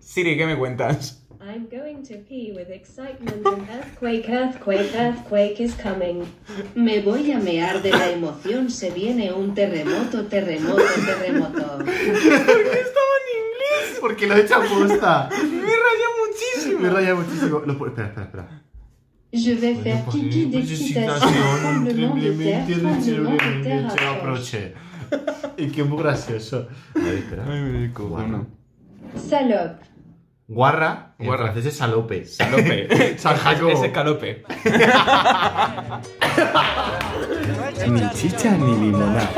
Siri, ¿qué me cuentas? I'm going to pee with excitement and earthquake, earthquake, earthquake is coming. Me voy a mear de la emoción, se viene un terremoto, terremoto, terremoto. ¿Por qué estaba en inglés? Porque lo he hecho aposta. Me raya muchísimo. Me raya muchísimo. Los po- espera, espera, espera. Je vais faire pues, pipi d'excitation, tremblement de terre, tremblement de terre approche. aproche. Y que muy gracioso. A ver, espera. Guarra. Salope. Guarra. En Guarra. francés es salope. Calope. San Jacobo. Ese calope. Ni chicha ni limonada.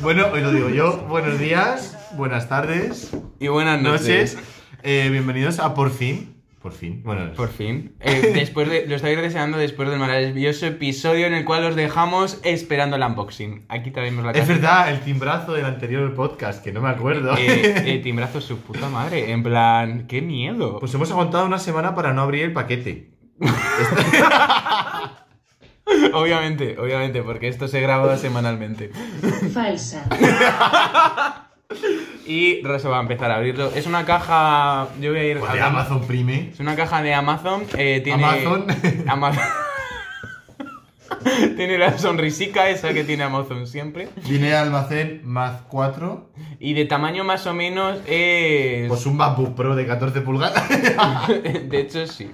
bueno, hoy lo digo yo. Buenos días, buenas tardes, Y buenas noches. noches. Eh, bienvenidos a Por fin. Por fin. Bueno, Por fin. Eh, después de, lo estáis deseando después del maravilloso episodio en el cual os dejamos esperando el unboxing. Aquí traemos la es caja. verdad, el timbrazo del anterior podcast, que no me acuerdo. Eh, eh, timbrazo su puta madre. En plan, qué miedo. Pues hemos aguantado una semana para no abrir el paquete. obviamente, obviamente, porque esto se graba semanalmente. Falsa. Y Rosa va a empezar a abrirlo. Es una caja. Yo voy a ir. Pues de hablando- Amazon Prime. Es una caja de Amazon. eh, tiene. Amazon. Amazon. tiene la sonrisica esa que tiene Amazon siempre. Viene al almacén más 4. Y de tamaño más o menos es. Pues un MacBook Pro de 14 pulgadas. de hecho, sí.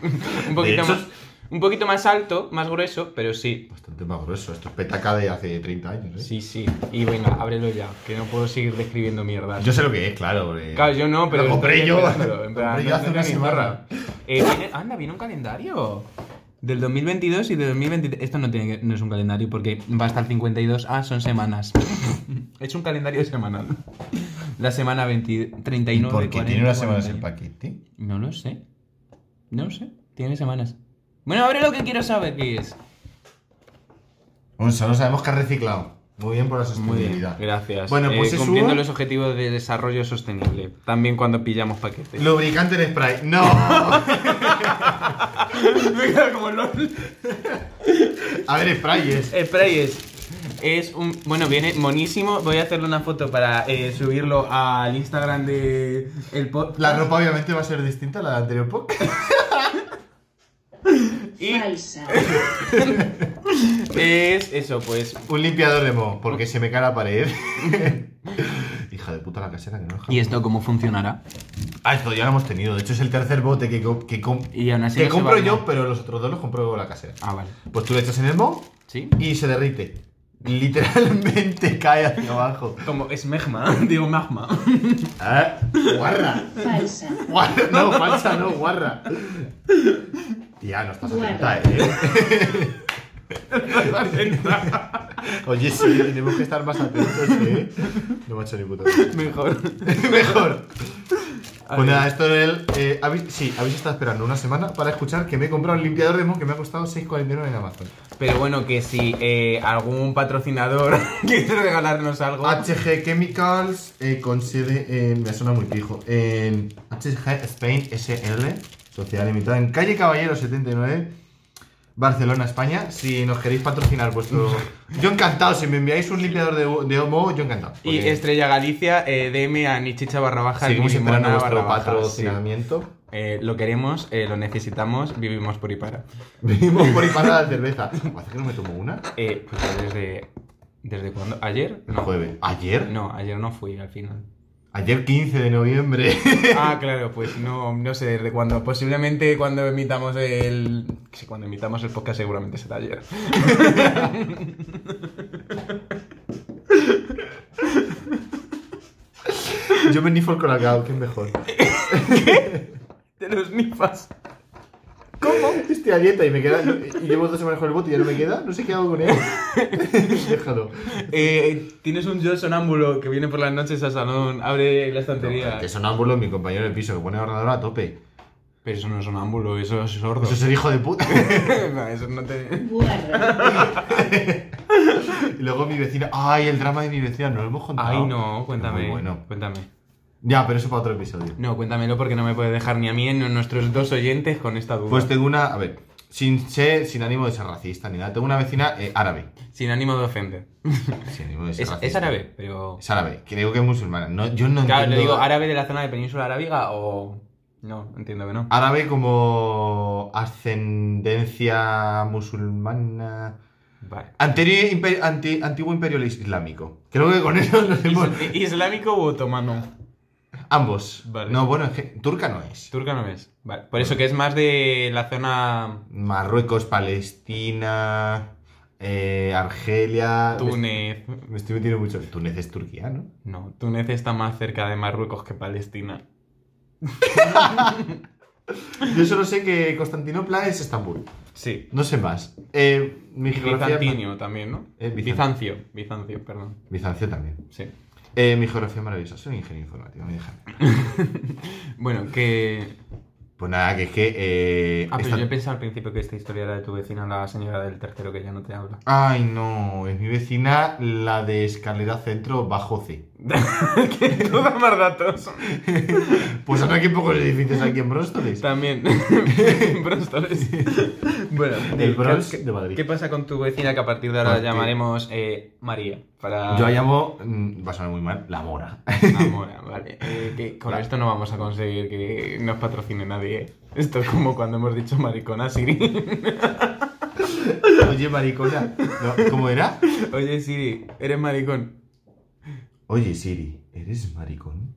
Un poquito, hecho, más, un poquito más alto, más grueso, pero sí. Bastante más grueso. Esto es petaca de hace 30 años. ¿eh? Sí, sí. Y venga, ábrelo ya, que no puedo seguir describiendo mierdas. Yo sé lo que es, claro. porque- Claro, yo no, pero. Eh, Lo compré estoy yo. esperándolo, en plan, compré no yo hace tengo una ni semana. idea. Eh, viene- anda, viene un calendario. Del 2022 y del 2023. Esto no, tiene que- no es un calendario porque va hasta el 52. Ah, son semanas. es un calendario semanal. La semana 20, 39. ¿Por qué 40, tiene unas semanas el 41. paquete? No lo sé. No lo sé. Tiene semanas. Bueno, abre lo que quiero saber qué es. Bueno, solo sabemos que ha reciclado. Muy bien por la sostenibilidad. Gracias. Bueno, Eh, pues es cumpliendo un los objetivos de desarrollo sostenible. También cuando pillamos paquetes. lubricante en spray. No. Me queda como LOL. A ver, spray es. Spray es. Eh, Es un. Bueno, viene monísimo. Voy a hacerle una foto para eh, subirlo al Instagram de. El pod- La ropa obviamente va a ser distinta a la del anterior podcast. Y Falsa. es eso, pues. Un limpiador de moho, porque se me cae la pared. Hija de puta la casera que no nos ¿Y esto cómo funcionará? Ah, esto ya lo hemos tenido. De hecho, es el tercer bote que, co- que, com- Y aún así que no se compro va a yo, armar. pero los otros dos los compro la casera. Ah, vale. Pues tú le echas en el mo ¿Sí? y se derrite. Literalmente cae hacia abajo. Como es magma. Digo magma. Ah, Guarra. Falsa. Guarra. No, falsa, no, guarra. Tía, no estás Guarra. atenta, eh. Oye, sí, tenemos que estar más atentos, eh. No me ha hecho ni puta. gracia. Mejor. Mejor. A Pues ver. nada, esto era el. eh, habéis- sí, habéis estado esperando una semana para escuchar que me he comprado un limpiador de moho que me ha costado 6,49 en Amazon. Pero bueno, que si eh, algún patrocinador quiere regalarnos algo. HG Chemicals eh, con sede en. Me suena muy pijo. En HG Spain SL, Sociedad Limitada, en calle Caballero 79, Barcelona, España. Si nos queréis patrocinar vuestro. Yo encantado, si me enviáis un limpiador de, de moho, yo encantado. Y porque- Estrella Galicia, eh, DM a Nichicha barra baja. Seguimos Limona esperando vuestro barra baja, sí. patrocinamiento. Eh, lo queremos, eh, lo necesitamos, vivimos por y para. Venimos por ahí para la cerveza. Parece que no me tomo una. Eh, pues desde. ¿Desde cuándo? ¿Ayer? No. Jueves. ¿Ayer? No, ayer no fui al final. Ayer 15 de noviembre. Ah, claro, pues no, no sé desde cuándo. Posiblemente cuando emitamos el. Sí, cuando emitamos el podcast seguramente será ayer. Yo me nifo el colacao, que es mejor. De los nifas. ¿Cómo? Estoy a dieta y me queda. Y llevo dos semanas con el bote y ya no me queda. No sé qué hago con él. Déjalo. Eh, tienes un yo sonámbulo que viene por las noches al salón, abre la estantería. Que sonámbulo mi compañero del piso que pone el ordenador a tope. Pero eso no es sonámbulo, eso es sordo. Eso es el hijo de puta. no, eso no te. Guarra. Y luego mi vecina. ¡Ay, el drama de mi vecina! No lo hemos contado. Ay, no, cuéntame. Muy bueno. Cuéntame. Ya, pero eso para otro episodio. No, cuéntamelo porque no me puede dejar ni a mí ni a nuestros dos oyentes con esta duda. Pues tengo una. A ver. Sin, ser- sin ánimo de ser racista ni nada. Tengo una vecina eh, árabe. Sin ánimo de ofender. Sin ánimo de ser Es, racista. es árabe, pero. Es árabe. Creo que es musulmana. No, yo no Claro, le entiendo- digo árabe de la zona de Península Arábiga o. No, entiendo que no. Árabe como ascendencia musulmana. Vale. Anterior imper- anti- antiguo imperio islámico. Creo que con eso lo hacemos. Is- Islámico u otomano. Ambos. Vale. No, bueno, es que turca no es. Turca no es. Vale. Por eso que es más de la zona Marruecos, Palestina, eh, Argelia. Túnez. Me estoy metiendo mucho. Túnez es Turquía, ¿no? No, Túnez está más cerca de Marruecos que Palestina. Yo solo sé que Constantinopla es Estambul. Sí. No sé más. Eh, mi geografía. Bizantinio también, ¿no? Eh, Bizancio. Bizancio. Bizancio, perdón. Bizancio también. Sí. Eh, mi geografía maravillosa. Soy ingeniero informático, me dejan. Bueno, que. Pues nada, que es que. eh, Ah, pero esta- yo he pensado al principio que esta historia era de tu vecina, la señora del tercero que ya no te habla. Ay, no. Es mi vecina, la de escalera centro bajo C. que no da más datos. Pues ahora que hay pocos edificios aquí en Bróstoles. También. Bróstoles. bueno, Del ¿qué- Bronx qué- de Madrid. ¿Qué pasa con tu vecina que a partir de ahora Porque- la llamaremos eh, María? Para... Yo la llamo, mm, va a sonar muy mal, la mora. Ah, mora, vale. Eh, que con Claro. esto no vamos a conseguir que nos patrocine nadie. ¿eh? Esto es como cuando hemos dicho maricona Siri. Oye, maricona. No, ¿Cómo era? Oye Siri, eres maricón. Oye, Siri, ¿eres maricón?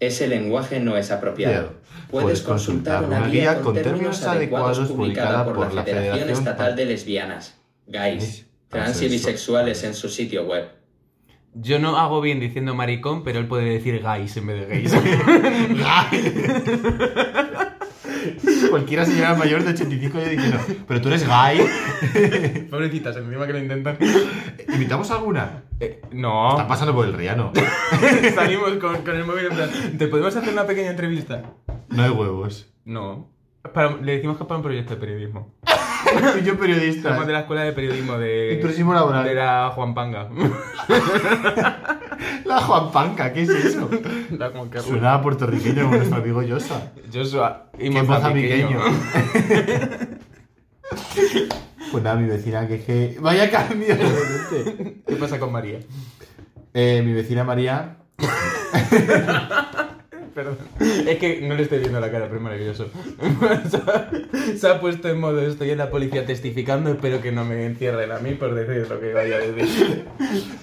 Ese lenguaje no es apropiado. Puedes consultar una guía con términos adecuados publicada por la Federación Estatal de Lesbianas, Gays, gays, trans y transexuales. bisexuales en su sitio web. Yo no hago bien diciendo maricón, pero él puede decir gays en vez de gays. Cualquiera señora mayor de 85 yo diciendo, pero tú eres gay. Pobrecitas, encima que lo intentan. ¿Imitamos alguna? Eh, Está no, pasando por el riano. salimos con, con el móvil en plan. ¿Te podemos hacer una pequeña entrevista? No hay huevos. No. Para- le decimos que es para un proyecto de periodismo. Soy Somos de yo periodista. la escuela de periodismo de. Y turismo laboral. De la Juan Panga. La Juan Panca, ¿qué es eso? La como que- Suena a puertorriqueño como nuestro amigo Yosa. Joshua y ¡Qué mozambiqueño! mozambiqueño. pues nada, mi vecina que es que... ¡Vaya cambio! realmente. ¿Qué pasa con María? eh, mi vecina María... Perdón. Es que no le estoy viendo la cara, pero es maravilloso. Se ha- Se ha puesto en modo estoy en la policía testificando, espero que no me encierren a mí por decir lo que vaya a decir.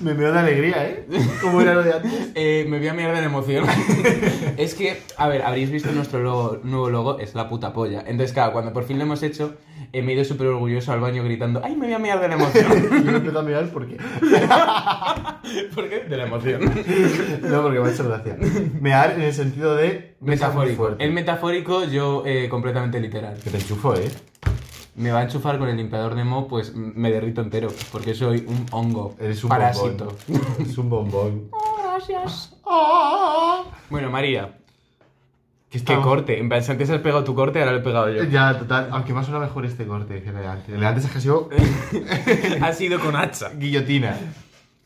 Me veo de alegría, ¿eh? Como era lo de antes. Eh, me voy a mirar de la emoción. es que, a ver, habréis visto nuestro logo- nuevo logo, es la puta polla. Entonces, claro, cuando por fin lo hemos hecho, eh, me he ido súper orgulloso al baño gritando, ¡ay, me voy a mirar de la emoción! Yo me empiezo a mirar porque... ¿Por qué? De la emoción. No, porque me ha hecho gracia. Mear en el sentido de... Metafórico. fuerte. El metafórico, yo eh, completamente literal. Que te enchufo, ¿eh? Me va a enchufar con el limpiador de mo, pues m- me derrito entero, porque soy un hongo. Eres un parásito. bombón. Es un bombón. Gracias. Ah, Bueno, María, que qué corte. En plan, si antes has pegado tu corte, ahora lo he pegado yo. Ya, total. Aunque me ha sonado mejor este corte que el de antes. El de antes es que ha sido eh, ha sido con hacha. guillotina.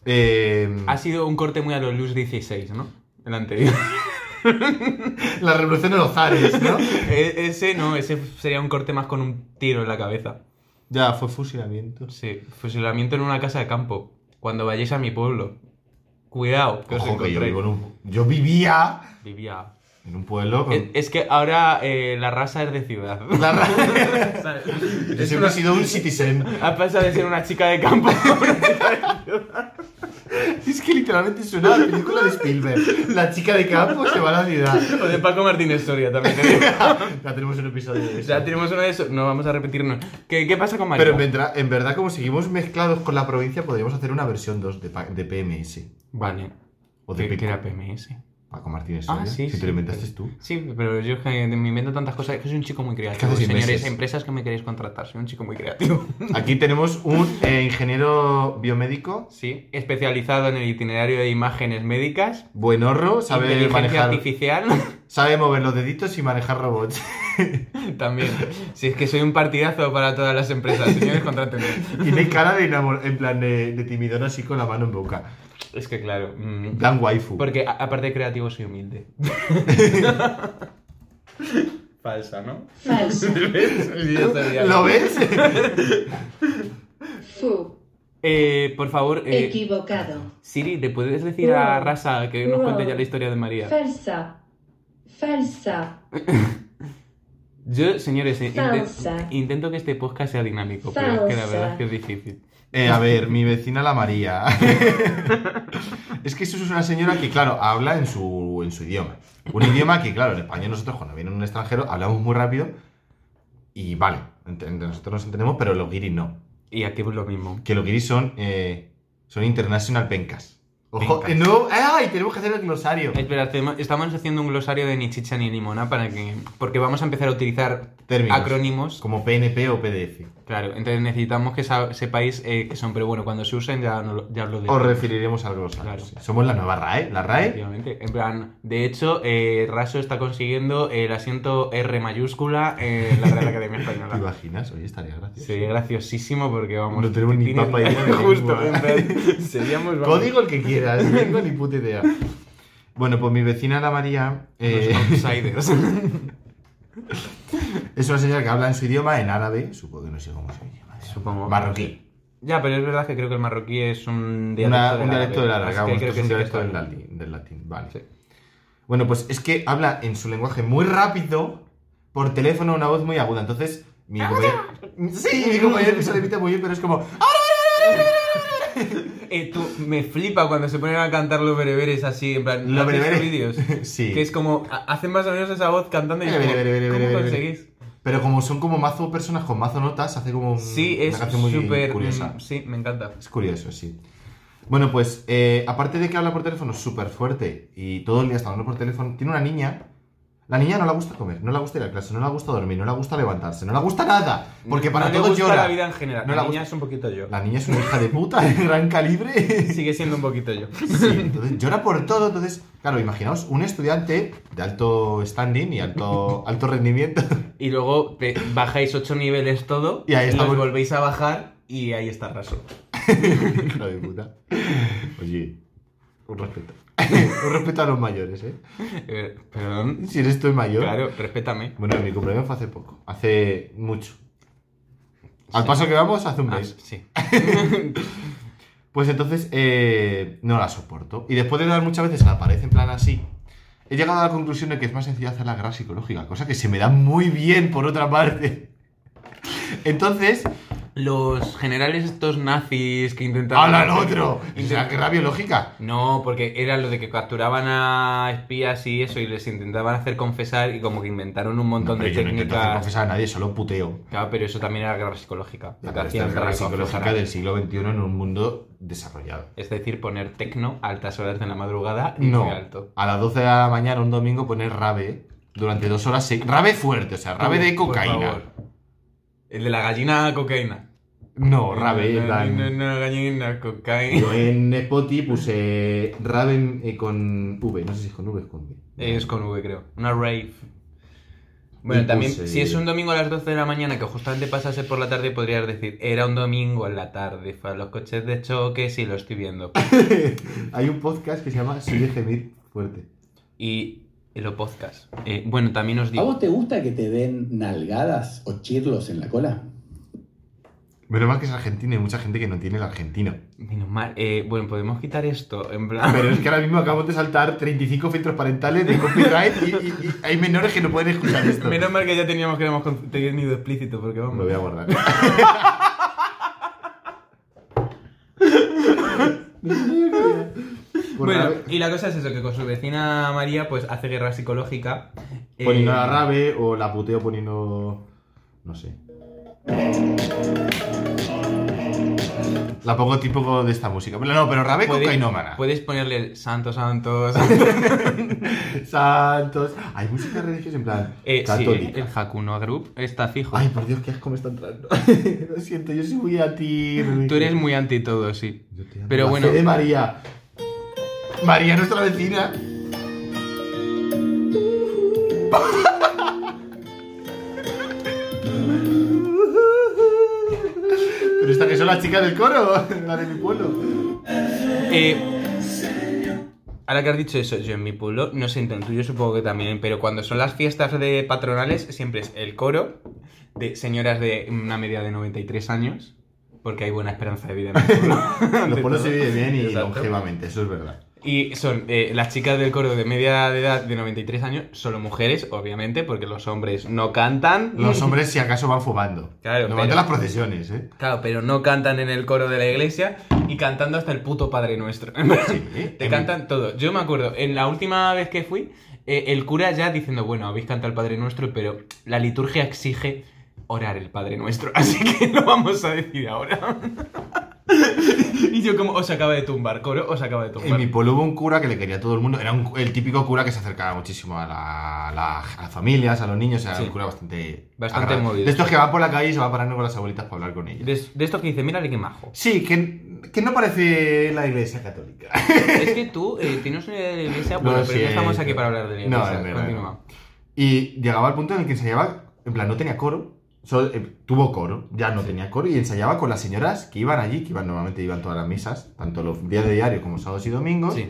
Eh, Ha sido un corte muy a los Luz 16, ¿no? El anterior. la revolución de los zares, ¿no? E- ese no, ese sería un corte más con un tiro en la cabeza. ya, fue fusilamiento. Sí, fusilamiento en una casa de campo. Cuando vayáis a mi pueblo. Cuidado, que os Ojo, que yo, encontréis. vivo en un- Ah. yo vivía Vivía en un pueblo con... Es, es que ahora eh, la raza es de ciudad. La ra- ¿Sabes? Yo Es siempre he una- sido un citizen. Ha pasado de ser una chica de campo. Es que literalmente suena a la película de Spielberg. La chica de campo se va a la ciudad. o de Paco Martínez Soria también. te digo. Ya tenemos un episodio de eso. Ya tenemos uno de esos. No vamos a repetirnos. ¿Qué, qué pasa con María? Pero en verdad, en verdad, como seguimos mezclados con la provincia, podríamos hacer una versión 2 de, pa- de PMS. Vale. O de ¿Qué, Pico. qué era PMS? Paco Martínez Ah, Soria, sí, que sí. te lo inventaste tú. Sí, pero yo es que me invento tantas cosas. Es que soy un chico muy creativo. Cada seis Señores, meses. empresas que me queréis contratar, soy un chico muy creativo. Aquí tenemos un eh, ingeniero biomédico, Sí, especializado en el itinerario de imágenes médicas. buenorro, sabe inteligencia manejar, artificial. sabe mover los deditos y manejar robots. también. Si es que soy un partidazo para todas las empresas, señores, contrátenme. Tiene cara de enamor- en plan de, de timidón así con la mano en boca. Es que claro. mm, En plan waifu. porque a- aparte de creativo soy humilde. Falsa, ¿no? Falsa. Yo sabía. ¿Lo ves? Fu. Eh, por favor, eh, Equivocado. Siri, ¿le puedes decir a Rasa que nos No. cuente ya la historia de María? Falsa. Falsa. Yo, señores, eh, inte- Falsa. intento que este podcast sea dinámico, pero es que la Falsa. verdad es que es difícil. Eh, a ver, mi vecina la María. es que eso es una señora que, claro, habla en su, en su idioma. Un idioma que, claro, en español nosotros cuando viene un extranjero hablamos muy rápido y vale, entre, entre nosotros nos entendemos, pero los guiris no. Y aquí pues lo mismo. Que los guiris son, eh, son international pencas. Ojo, Pencas. eh, no, ¡ay! Tenemos que hacer el glosario. Espera, hacemos- estamos haciendo un glosario de ni chicha ni limona para que. Porque vamos a empezar a utilizar Términos. acrónimos. Como PNP o PDF. Claro, entonces necesitamos que sa- sepáis eh, que son, pero bueno, cuando se usen ya, no lo- ya os lo digo. Os referiremos al glosario. Claro. sí. Somos la nueva RAE. La RAE. Efectivamente. En plan, de hecho, eh, Raso está consiguiendo el asiento R mayúscula en la Real Academia ¿Te Española. imaginas? Oye, estaría gracioso. Sería graciosísimo porque vamos. No tenemos ni tienes- papa idea de Justo, ninguna. en plan, seríamos. vamos, Código el que quieras, no tengo ni puta idea. Bueno, pues mi vecina la María eh, los outsiders. es una señora que habla en su idioma, en árabe, supongo que no sé cómo se llama. Supongo. Marroquí. Ya, pero es verdad que creo que el marroquí es un dialecto Una- del un dialecto del árabe, árabe, así vamos, creo esto es un sí dialecto del está bien. latín, del latín, vale. Sí. Bueno, pues es que habla en su lenguaje muy rápido, por teléfono, una voz muy aguda. Entonces, mi compañero... Sí, mi compañero que se le imita muy bien, pero es como... "¡Ah!". Eh, tú, me flipa cuando se ponen a cantar los bereberes así, en plan, Los ¿has visto bereberes. vídeos? Sí. Que es como, ha- hacen más o menos esa voz cantando y es como, Bere, bere, bere, bere, ¿cómo bere. Mm, conseguís? Pero como son como mazo personas con mazo notas, hace como un- Sí, es una canción muy súper... curiosa. mm, Sí, me encanta. Es curioso, sí. Bueno, pues eh, aparte de que habla por teléfono súper fuerte y todo el día está hablando por teléfono, tiene una niña. La niña no le gusta comer, no le gusta ir a clase, no le gusta dormir, no le gusta levantarse, no le gusta nada, porque para no todo le gusta llora. la vida en general, No la le niña gusta- es un poquito yo. La niña es una hija de puta de gran calibre. Sigue siendo un poquito yo. Sí, entonces llora por todo. Entonces, claro, imaginaos un estudiante de alto standing y alto, alto rendimiento. Y luego te bajáis ocho niveles todo, Y ahí los estamos. volvéis a bajar y ahí está raso. Hijo de puta. Oye, un respeto. un respeto a los mayores, ¿eh? Eh, perdón. Si eres tú el mayor. Claro, respétame. Bueno, mi cumpleaños fue hace poco, hace mucho. Al paso que vamos, hace un Ah, mes. sí. Pues entonces eh, no la soporto. Y después de dar muchas veces a la pared en plan así, he llegado a la conclusión de que es más sencillo hacer la guerra psicológica, cosa que se me da muy bien por otra parte. Entonces, Los generales estos nazis que intentaban... ¡hala al otro! Es la guerra biológica. No, porque era lo de que capturaban a espías y eso y les intentaban hacer confesar y como que inventaron un montón No, pero de yo no intento hacer Ah, técnicas. confesar a nadie, solo puteo. claro, pero eso también era guerra psicológica. La Lo que hacían guerra para psicológica confesar. del siglo XXI en un mundo desarrollado. Es decir, poner tecno a altas horas de la madrugada y No. muy alto. A las 12 de la mañana, un domingo, poner rabe durante dos horas. se- Rabe fuerte, o sea, rabe de Por cocaína. favor. El de la gallina cocaína. No, rabe. en No, plan- no, no, no, gallina cocaína. Yo en Spotify puse rabe en- eh, con V. No sé si es con V o es con V. Eh, Es con V, creo. Una rave. Bueno, Y también, puse- si es un domingo a las 12 de la mañana que justamente pasase por la tarde, podrías decir, era un domingo en la tarde, fue a los coches de choque, sí, lo estoy viendo. Hay un podcast que se llama Soy de gemir fuerte. Y lo podcast. Eh, bueno, también os ¿A digo, Ah, vos te gusta que te den nalgadas o chirlos en la cola? Menos mal que es argentino y hay mucha gente que no tiene el argentino. menos mal, eh, bueno, podemos quitar esto, en plan... Pero es que ahora mismo acabamos de saltar 35 filtros parentales de copyright y, y- y hay menores que no pueden escuchar esto. Menos mal que ya teníamos que éramos contenido explícito, porque Me vamos... voy a borrar. Bueno, y la cosa es eso, que con su vecina María, pues hace guerra psicológica. eh, Poniendo la rave o la puteo poniendo. No sé. La pongo tipo de esta música. Pero no, pero rave puedes- cocainómana. Puedes ponerle el santo, santo, santo. Santos. Hay música religiosa en plan. Eh, sí, católica. el Hakuno Group está fijo. Ay, por Dios, qué asco me está entrando. Lo siento, yo soy muy a ti. Tú eres muy anti todo, sí. Yo te amo. Pero La bueno. fe de María. María, nuestra vecina. Pero esta que son las chicas del coro, la de mi pueblo. Eh, Ahora que has dicho eso, yo en mi pueblo, no sé, en el tuyo supongo que también, pero cuando son las fiestas de patronales, siempre es el coro de señoras de una media de 93 años, porque hay buena esperanza de vida en el pueblo. Los ante pueblos se todo. vive bien y Exacto. longevamente, eso es verdad. Y son eh, las chicas del coro de media de edad de 93 años, solo mujeres, obviamente, porque los hombres no cantan. Los hombres, si acaso, van fumando. Claro, No van pero- de las procesiones, ¿eh? Claro, pero no cantan en el coro de la iglesia y cantando hasta el puto Padre Nuestro. Sí. Te cantan todo. Yo me acuerdo, en la última vez que fui, eh, el cura ya diciendo, bueno, habéis cantado el Padre Nuestro, pero la liturgia exige orar el Padre Nuestro, así que lo vamos a decir ahora. y yo como, os acaba de tumbar, coro, os acaba de En tumbar. mi pueblo hubo un cura que le quería a todo el mundo. Era un- el típico cura que se acercaba muchísimo a, la- a la- a las familias, a los niños. Era Sí. un cura bastante. Bastante agarrado. movido. De estos que van por la calle y se va parando con las abuelitas para hablar con ellas. De, de esto que dice, mírale qué majo. Sí, que, que no parece la iglesia católica. es que tú eh, tienes una idea de la iglesia, bueno, Lo pero no estamos siento. aquí para hablar de la No, iglesia. es verdad. Continúa. Y llegaba al punto en el que ensayaba. En plan, no tenía coro. solo- eh, tuvo coro, ya no tenía coro. Y ensayaba con las señoras que iban allí, que iban normalmente iban todas las misas, tanto los días de diario como sábados y domingos. Sí,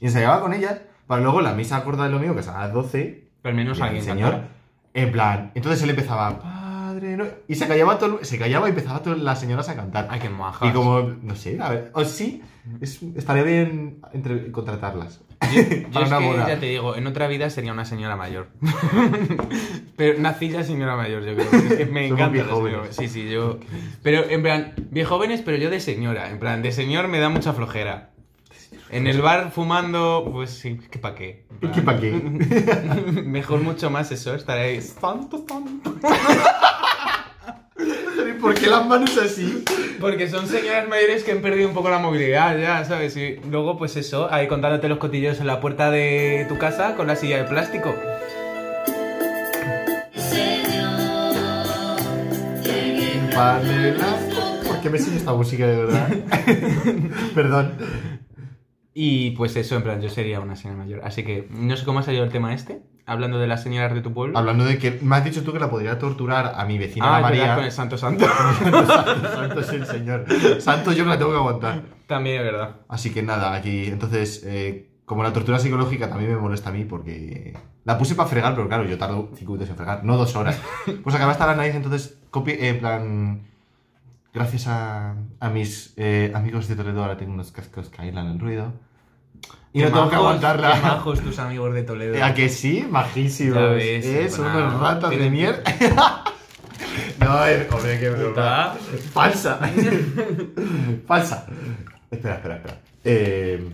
Y ensayaba con ellas. Para luego la misa corta de lo mío, que es a las 12, pero al menos Bien, alguien señor. cantaba. En plan, entonces él empezaba, padre, no", y se callaba todo, el- se callaba y empezaba todas las señoras a cantar. Ay, qué majas. y como, no sé, a ver, o sí, es- estaría bien entre- contratarlas. Yo Para es una que, boda. ya te digo, en otra vida sería una señora mayor. Pero nací ya señora mayor, yo creo. Es que me Somos encanta. viejo la señora- jóvenes. Sí, sí, yo. Pero en plan, viejo jóvenes, pero yo de señora. En plan, de señor me da mucha flojera. En el bar fumando, pues sí, ¿qué pa' qué? En plan, ¿Qué pa' qué? Mejor mucho más eso, estar ahí. Tanto, tanto. ¿Por qué las manos así? Porque son señoras mayores que han perdido un poco la movilidad, ya, ¿sabes? Y luego, pues eso, ahí contándote los cotillos en la puerta de tu casa con la silla de plástico. Padre, la- ¿Por qué me sigue esta música de verdad? Perdón. Y pues eso, en plan, yo sería una señora mayor. Así que no sé cómo ha salido el tema este, hablando de las señoras de tu pueblo. Hablando de que me has dicho tú que la podría torturar a mi vecina ah, la es verdad, María. con el Santo Santo. Santo es el señor. Santo yo me la tengo que aguantar. También es verdad. Así que nada, aquí. Entonces, eh, como la tortura psicológica también me molesta a mí porque. La puse para fregar, pero claro, yo tardo 5 minutos en fregar, no dos horas. Pues acaba hasta la nariz, entonces, copi- eh, en plan. Gracias a, a mis eh, amigos de Toledo, ahora tengo unos cascos que aislan el ruido. Y Qué no tengo que majos, qué aguantarla. majos tus amigos de Toledo. ¿A que sí? Majísimos. Ya ves, Eh, son nada. unos ratas de Tienen- mierda. no, eh, hombre, qué broma. Puta. Falsa. Falsa. Espera, espera, espera. Eh,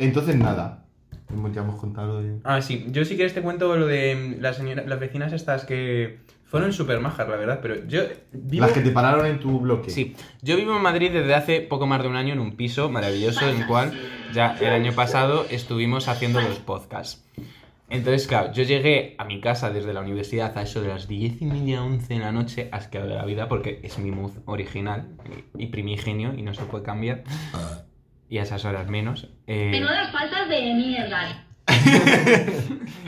entonces, nada. Hemos- Ya hemos contado. de- Ah, sí. Yo si quieres te cuento lo de mm, las, señora- las vecinas estas que fueron súper majas, la verdad, pero yo vivo... Las que te pararon en tu bloque. Sí, yo vivo en Madrid desde hace poco más de un año en un piso maravilloso en el cual ya el año pasado estuvimos haciendo los podcasts. Entonces, claro, yo llegué a mi casa desde la universidad a eso de las 10 y media, 11 de la noche, asqueado de la vida, porque es mi mood original y primigenio y no se puede cambiar. Y a esas horas menos. eh, Menudas faltas de mierda.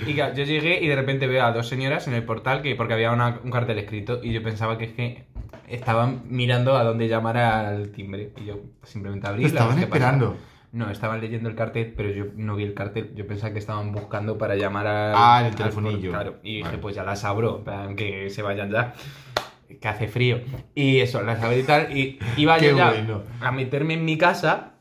y claro, yo llegué y de repente veo a dos señoras en el portal que porque había una- un cartel escrito y yo pensaba que es que estaban mirando a dónde llamar al timbre y yo simplemente abrí. la Te estaban verdad es que pasaba. esperando. No, estaban leyendo el cartel, pero yo no vi el cartel. Yo pensaba que estaban buscando para llamar al... Ah, el al- telefonillo. claro, y dije, Vale. pues ya las abro, en plan, que se vayan ya, que hace frío. Y eso, las abrí y tal, y iba Qué yo ya bueno. a meterme en mi casa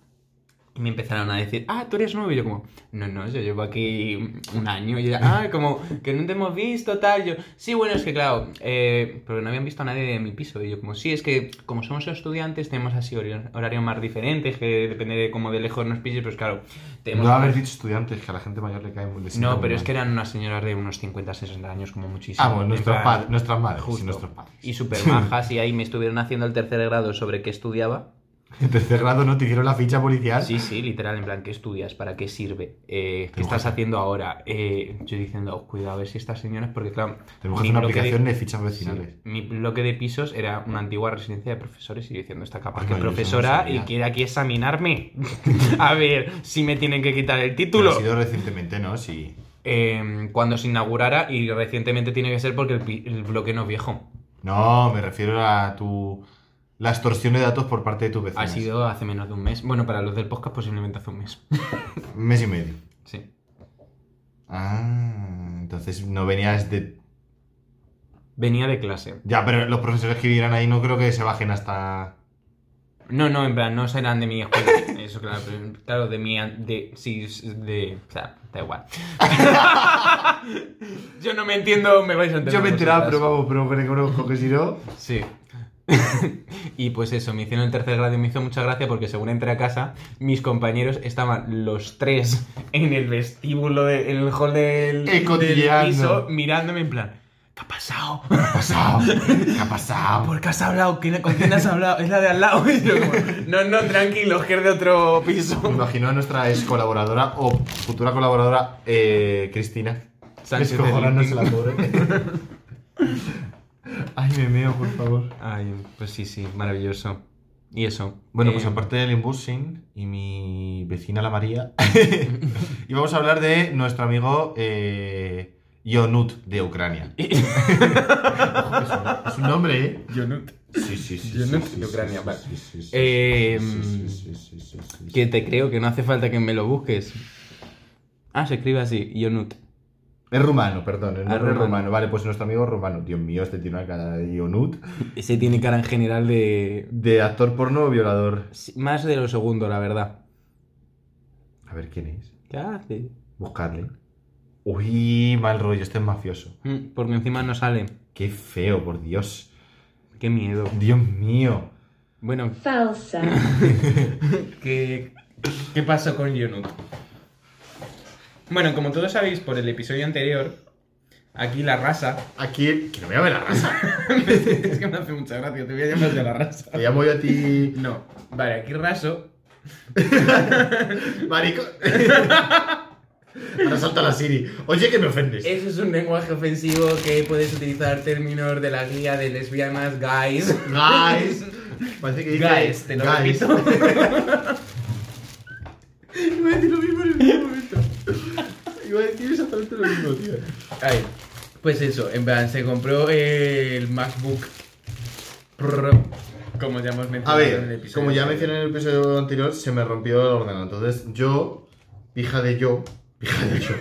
y me empezaron a decir, ah, tú eres nuevo. Y yo como, no, no, yo llevo aquí un año. Y ella, ah, como, que no te hemos visto, tal. Yo, sí, bueno, es que claro, eh, porque no habían visto a nadie de mi piso. Y yo como, sí, es que como somos estudiantes tenemos así hori- horarios más diferentes, que depende de cómo de lejos nos pilles, pues claro, tenemos... No haber dicho estudiantes, que a la gente mayor le cae muy le sienta No, muy pero es mal. que eran unas señoras de unos 50, 60 años como muchísimo. Ah, bueno, En nuestros plan, padres, nuestras madres. Justo. Y nuestros padres. Y súper majas, y ahí me estuvieron haciendo el tercer grado sobre qué estudiaba. En tercer grado no te hicieron la ficha policial. Sí, sí, literal, en plan, ¿qué estudias? ¿Para qué sirve? Eh, ¿Qué Tengo estás que- haciendo ahora? Eh, yo diciendo, "Oh, cuidado, a ver si estas señoras, porque claro... Tenemos que mi hacer una bloque aplicación de, de- fichas sí, vecinales. mi bloque de pisos era una antigua residencia de profesores y diciendo, esta capaz Ay, que es Ah, no, yo eso no profesora y sabía. quiere aquí examinarme. a ver si me tienen que quitar el Pero título. ha sido recientemente, ¿no? Sí. Eh, cuando se inaugurara y recientemente tiene que ser porque el, pi- el bloque no es viejo. No, me refiero a tu. La extorsión de datos por parte de tus Ha vecinos. sido hace menos de un mes. Bueno, para los del podcast posiblemente hace un mes. Mes y medio. Sí. Ah, entonces no venías de. Venía de clase. Ya, pero los profesores que vivieran ahí no creo que se bajen hasta. No, no, en plan, no serán de mi escuela. Eso, claro, pero, claro, de mi. an- De, sí, es de. O sea, da igual. Yo no me entiendo, me vais a entender. Yo me enteraba, pero vosotras. vamos, pero me reconozco que si no. Sí. y pues eso, me hicieron el tercer grado y me hizo mucha gracia porque según entré a casa, mis compañeros estaban los tres en el vestíbulo, de- en el hall del, Ecotilleando. del piso, mirándome en plan, ¿qué ha pasado? ¿Qué ha pasado? ¿Qué ha pasado? ¿Por qué has hablado? ¿Quién- ¿Con quién has hablado? Es la de al lado. Y yo como, no, no, tranquilo, que es de otro piso. Me imagino a nuestra ex colaboradora o futura colaboradora, eh, Cristina. Sánchez Descojonándose de la pobre. Ay, me meo, por favor. Ay, pues sí, sí, maravilloso. Y eso. Bueno, eh, pues aparte del embushing y mi vecina la María, íbamos a hablar de nuestro amigo eh, Yonut de Ucrania. Ojo, que es un- es un nombre, ¿eh? Sí, sí, sí. Yonut sí, de sí, Ucrania, sí, vale. sí, sí, sí, Eh, sí, sí, sí, sí, sí, Que sí. te creo, que no hace falta que me lo busques. Ah, se escribe así, Ionut. Es rumano, perdón, el Ah, nombre es rumano. rumano. Vale, pues nuestro amigo rumano. Dios mío, este tiene una cara de Yonut. Ese tiene cara en general de... De actor porno o violador. sí, Más de lo segundo, la verdad. A ver quién es. ¿Qué hace? Buscarle. Uy, mal rollo, este es mafioso. Mm, Porque encima no sale. Qué feo, por Dios. Qué miedo. Dios mío. Bueno, Falsa. ¿qué, qué pasó con Ionut? Bueno, como todos sabéis por el episodio anterior, aquí la raza... Aquí, que no me llame la raza. es que me hace mucha gracia, te voy a llamar de la raza. Te llamo yo a ti. No, vale, aquí raso... Marico. Ahora salta la Siri. Oye, que me ofendes. Eso es un lenguaje ofensivo que puedes utilizar términos de la guía de lesbianas, guys... Guys. Parece que dice. Guys, te lo guys. repito. Iba a decir lo mismo en el mismo momento. Iba a decir exactamente lo mismo, tío. Ay, pues eso, en plan, se compró el MacBook Pro, como ya hemos mencionado A en el ver, episodio. como ya mencioné en el episodio anterior, se me rompió el ordenador. Entonces yo, pija de yo, pija de yo,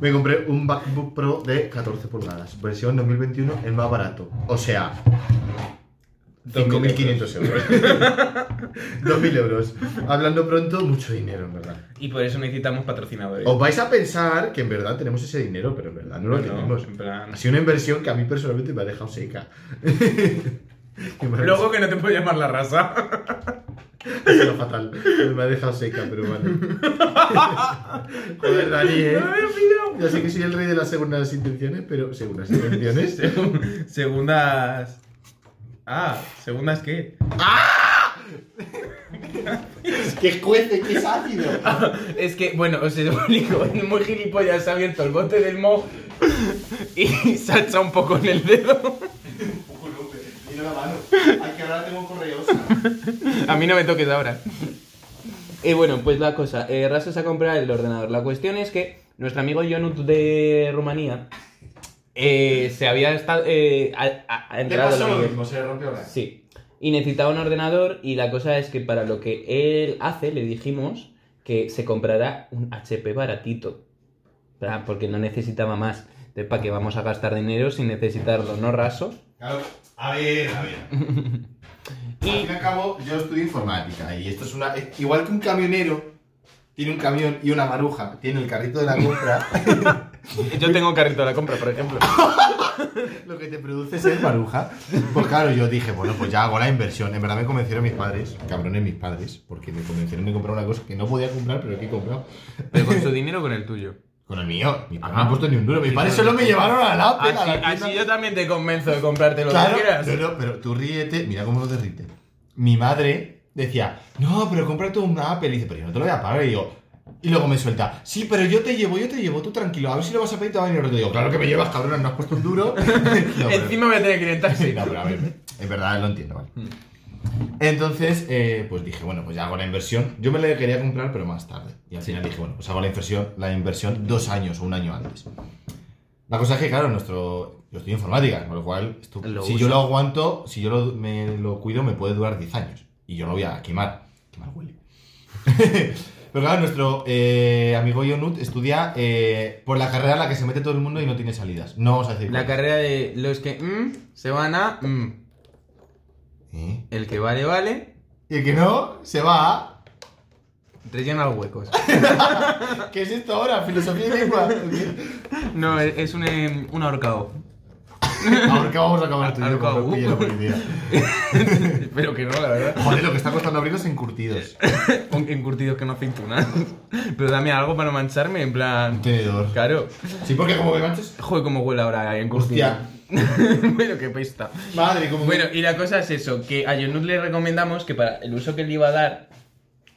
me compré un MacBook Pro de 14 pulgadas, versión 2021, el más barato. O sea, 5.500 euros. 2.000 euros. Hablando pronto, mucho dinero, en verdad. Y por eso necesitamos patrocinadores. Os vais a pensar que en verdad tenemos ese dinero, pero en verdad no lo No, tenemos. en plan- Ha sido una inversión que a mí personalmente me ha dejado seca. pues. Luego que no te puedo llamar la raza. Ha sido fatal. Me ha dejado seca, pero vale. Joder, Dani, ¿eh? Ya sé que soy el rey de las segundas intenciones, pero segundas intenciones. Segundas... Ah, ¿segundas qué? que cuece, que es ácido. Es que, bueno, os explico, el muy gilipollas se ha abierto el bote del mo y se ha echado un poco en el dedo. Mira la mano. Ay, que ahora tengo correos. A mí no me toques ahora. Y bueno, pues la cosa, eh, Raso se ha comprado el ordenador. La cuestión es que nuestro amigo Ionut de Rumanía eh, se había estado... Eh, ha- ha- ha Le enterado de pasó la lo noticia. mismo, se le rompió la. Sí. Y necesitaba un ordenador y la cosa es que para lo que él hace le dijimos que se comprara un HP baratito. ¿verdad? Porque no necesitaba más. Entonces, ¿para qué vamos a gastar dinero sin necesitarlo? ¿No, Raso? Claro, a ver, a ver. Al Y fin y al cabo, yo estudio informática y esto es una. es Igual que un camionero tiene un camión y una maruja tiene el carrito de la compra, yo tengo carrito de la compra, por ejemplo. lo que te produce ser maruja. Pues claro, yo dije, bueno, pues ya hago la inversión. En verdad me convencieron mis padres, cabrones mis padres, porque me convencieron de comprar una cosa que no podía comprar, pero que he comprado. Pero con su dinero o con el tuyo. Con el mío, mis Ah. padres no han puesto ni un duro. Mis padres solo me llevaron a la Apple, a Así, la tienda. así yo también te convenzo de comprarte lo Claro, que quieras. no, no, pero tú ríete, mira cómo lo derrite. Mi madre decía, no, pero cómprate una Apple. Y dice, pero yo no te lo voy a pagar. Y digo, y luego me suelta, sí, pero yo te llevo, yo te llevo, tú tranquilo, a ver si lo vas a pedir, te va a venir. otro". Y digo, claro que me llevas, cabrón, no has puesto un duro. No, pero- Encima voy a tener que ir en taxi. Sí, no, pero a ver, es verdad, lo entiendo, vale. Mm. Entonces, eh, pues dije, bueno, pues ya hago la inversión. Yo me la quería comprar, pero más tarde. Y al final dije, bueno, pues hago la inversión, la inversión dos años o un año antes. La cosa es que, claro, nuestro. Yo estudio informática, con lo cual, esto- Lo si yo lo aguanto, si yo lo, me lo cuido, me puede durar 10 años. Y yo lo voy a quemar. Quemar huele. Pero claro, nuestro eh, amigo Yonut estudia eh, por la carrera en la que se mete todo el mundo y no tiene salidas. No vamos a decir. La cuál. carrera de los que mm, se van a. mm. ¿Eh? El que vale, vale. Y el que no, se va Rellena los huecos. a. ¿Qué es esto ahora? ¿Filosofía y lengua? No, es es un, eh, un ahorcado. Ahora que vamos a acabar tú y yo Ahorcado. con lo que pille la policía. Pero que no, la verdad. Joder, lo que está costando abrirlos encurtidos. Con encurtidos que no aceitunas. Pero dame algo para no mancharme, en plan. Un tenedor. Claro. Sí, porque como me manches. Joder, cómo huele ahora encurtido. Hostia. Pero qué pesta. Madre, como. Bueno, y la cosa es eso, que a Yonut le recomendamos que para el uso que le iba a dar,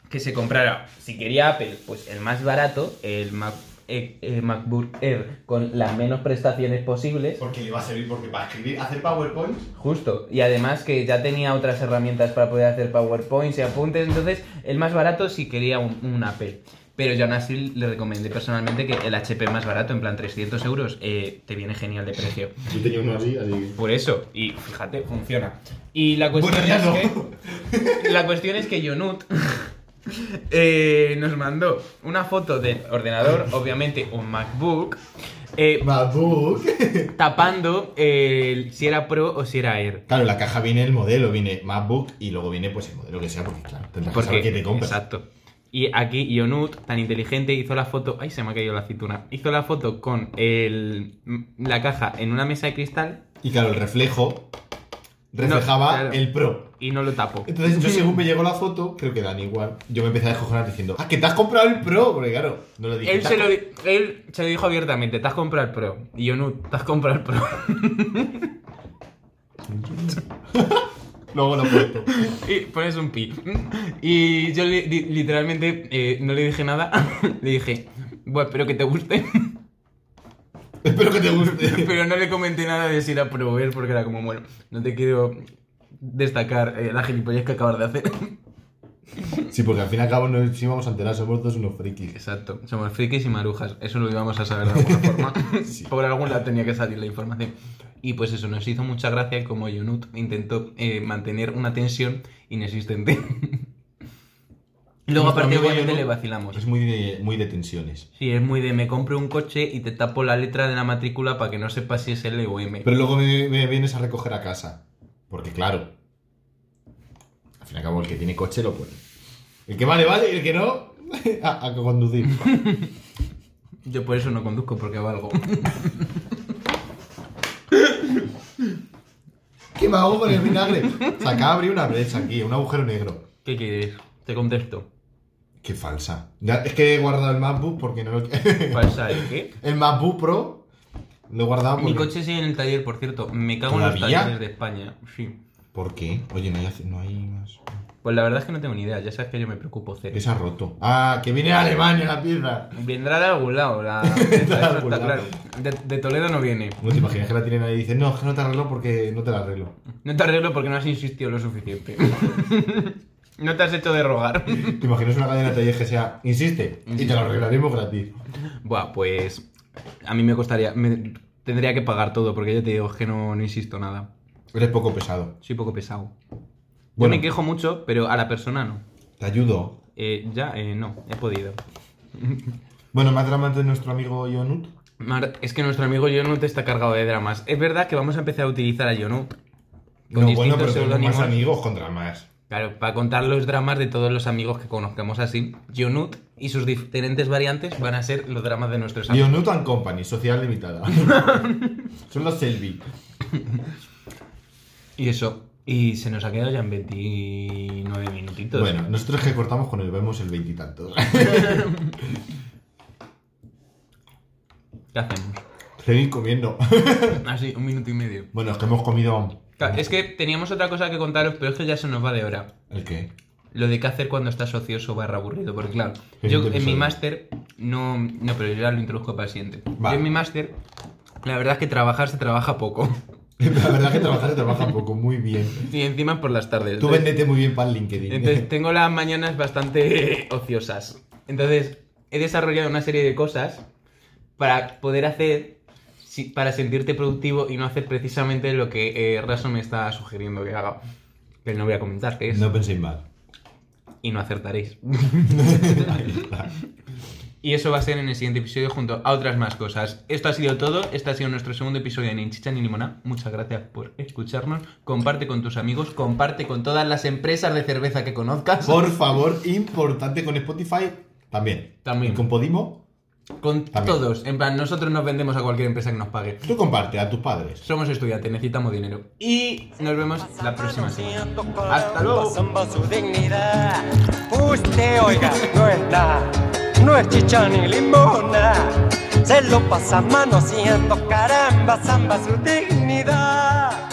que se comprara, si quería Apple, pues el más barato, el Mac- eh, eh, MacBook Air, con las menos prestaciones posibles, Porque le va a servir porque para escribir, hacer PowerPoint. justo. Y además que ya tenía otras herramientas para poder hacer PowerPoints y apuntes, entonces el más barato si quería un, un Apple. Pero yo aún así le recomendé personalmente que el HP más barato, en plan 300 euros, eh, te viene genial de precio. Yo tenía uno así, así que. Por eso, y fíjate, funciona. Y la cuestión Bueno, ya es no. que. La cuestión es que Yonut eh, nos mandó una foto del ordenador, obviamente un MacBook, eh, MacBook. tapando el- si era Pro o si era Air. Claro, en la caja viene el modelo, viene MacBook y luego viene pues el modelo que sea, porque claro, tendrás que Porque, saber qué te compras. exacto. Y aquí Yonut, tan inteligente, hizo la foto. Ay, se me ha caído la aceituna. Hizo la foto con el, mm, la caja en una mesa de cristal Y claro, el reflejo reflejaba claro. el Pro. y no lo tapó. Entonces yo según me llegó la foto, creo que dan igual, yo me empecé a descojonar diciendo, ah, que te has comprado el Pro, porque claro, no lo dije. Él "Te se, has lo, di- él se lo dijo abiertamente, te has comprado el Pro. Y yo no, te has comprado el Pro. Luego lo cuento. y pones un pi. Y yo li- li- literalmente eh, no le dije nada. le dije, bueno, espero que te guste. Espero que te guste. Pero no le comenté nada de si era Pro o Air, porque era como, bueno, no te quiero destacar eh, la gilipollez que acabas de hacer. Sí, porque al fin y al cabo no sí vamos a enterar, somos dos unos frikis. Exacto, somos frikis y marujas, eso lo íbamos a saber de alguna forma. Sí. Por algún lado tenía que salir la información. Y pues eso, nos hizo mucha gracia como Yonut intentó eh, mantener una tensión inexistente. Luego, Nuestro aparte, amigo obviamente Yonut le vacilamos. Es muy de, muy de tensiones. Sí, es muy de me compro un coche y te tapo la letra de la matrícula para que no sepa si es L o M. Pero luego me, me vienes a recoger a casa. Porque claro, al fin y al cabo el que tiene coche lo puede. El que vale, vale, y el que no, a, a conducir. Yo por eso no conduzco, porque valgo. ¿Qué me hago con el vinagre? Se acaba de abrir una brecha aquí, un agujero negro. ¿Qué quieres? Te contesto. Qué falsa. Ya, es que he guardado el MacBook porque no lo... ¿Falsa el qué? el MacBook Pro lo he guardado porque... Mi coche sigue en el taller, por cierto. Me cago en los Ah, ¿Todavía? talleres de España. Sí. ¿Por qué? Oye, no hay, ace- no hay más... Pues la verdad es que no tengo ni idea, ya sabes que yo me preocupo cero. Esa ha roto. Ah, que viene de Alemania la pieza. Vendrá de algún lado, la... eso De algún está claro. lado. De, de Toledo no viene. No te imaginas que la tienen ahí y dicen, no, es que no te arreglo porque no te la arreglo. No te arreglo porque no has insistido lo suficiente. no te has hecho de rogar. ¿Te imaginas una cadena de taller que sea, insiste, y te lo arreglaremos gratis? Buah, pues a mí me costaría... me- tendría que pagar todo porque yo te digo es que no, no insisto nada. Eres poco pesado. Soy poco pesado. Bueno. Yo me quejo mucho, pero a la persona no. Te ayudo. Eh, ya, eh, no, he podido. Bueno, más dramas de nuestro amigo Yonut. Mar, es que nuestro amigo Yonut está cargado de dramas. Es verdad que vamos a empezar a utilizar a Yonut. Con No, distintos bueno, pero tenemos más seudónimos. amigos contra más. Claro, para contar los dramas de todos los amigos que conozcamos así, Yonut y sus diferentes variantes van a ser los dramas de nuestros amigos. Yonut and Company, sociedad limitada. Son los Selby. Y eso. Y se nos ha quedado ya en 29 minutitos. Bueno, nosotros que cortamos con el vemos el veintitantos. ¿Qué hacemos? Seguir comiendo. Así, un minuto y medio. Bueno, es que hemos comido. Claro, Es que teníamos otra cosa que contaros, pero es que ya se nos va de hora. ¿El qué? Lo de qué hacer cuando estás ocioso barra aburrido, porque claro, Es yo en interesante. mi máster no, no, pero yo ya lo introduzco para el siguiente. Vale. Yo en mi máster, la verdad es que trabajar se trabaja poco. La verdad que trabajar se trabaja un poco, muy bien. Y encima es por las tardes. Tú Entonces- vendete muy bien para el LinkedIn. Entonces tengo las mañanas bastante ociosas. Entonces he desarrollado una serie de cosas para poder hacer, si- para sentirte productivo y no hacer precisamente lo que eh, Raso me está sugiriendo que haga. Que no voy a comentar, que es No penséis mal. y no acertaréis. y eso va a ser en el siguiente episodio junto a otras más cosas. Esto ha sido todo. Este ha sido nuestro segundo episodio en Chicha ni Limoná. Muchas gracias por escucharnos. Comparte con tus amigos, comparte con todas las empresas de cerveza que conozcas. Por favor, importante con Spotify también. También. Y con Podimo, Con También. todos. En plan, nosotros nos vendemos a cualquier empresa que nos pague. tú comparte a tus padres. Somos estudiantes, necesitamos dinero. Y nos vemos la próxima semana. Hasta luego. Zamba su dignidad. Usted, oiga, no está. No es chicha ni limona. Se lo pasa mano haciendo caramba, zamba su dignidad.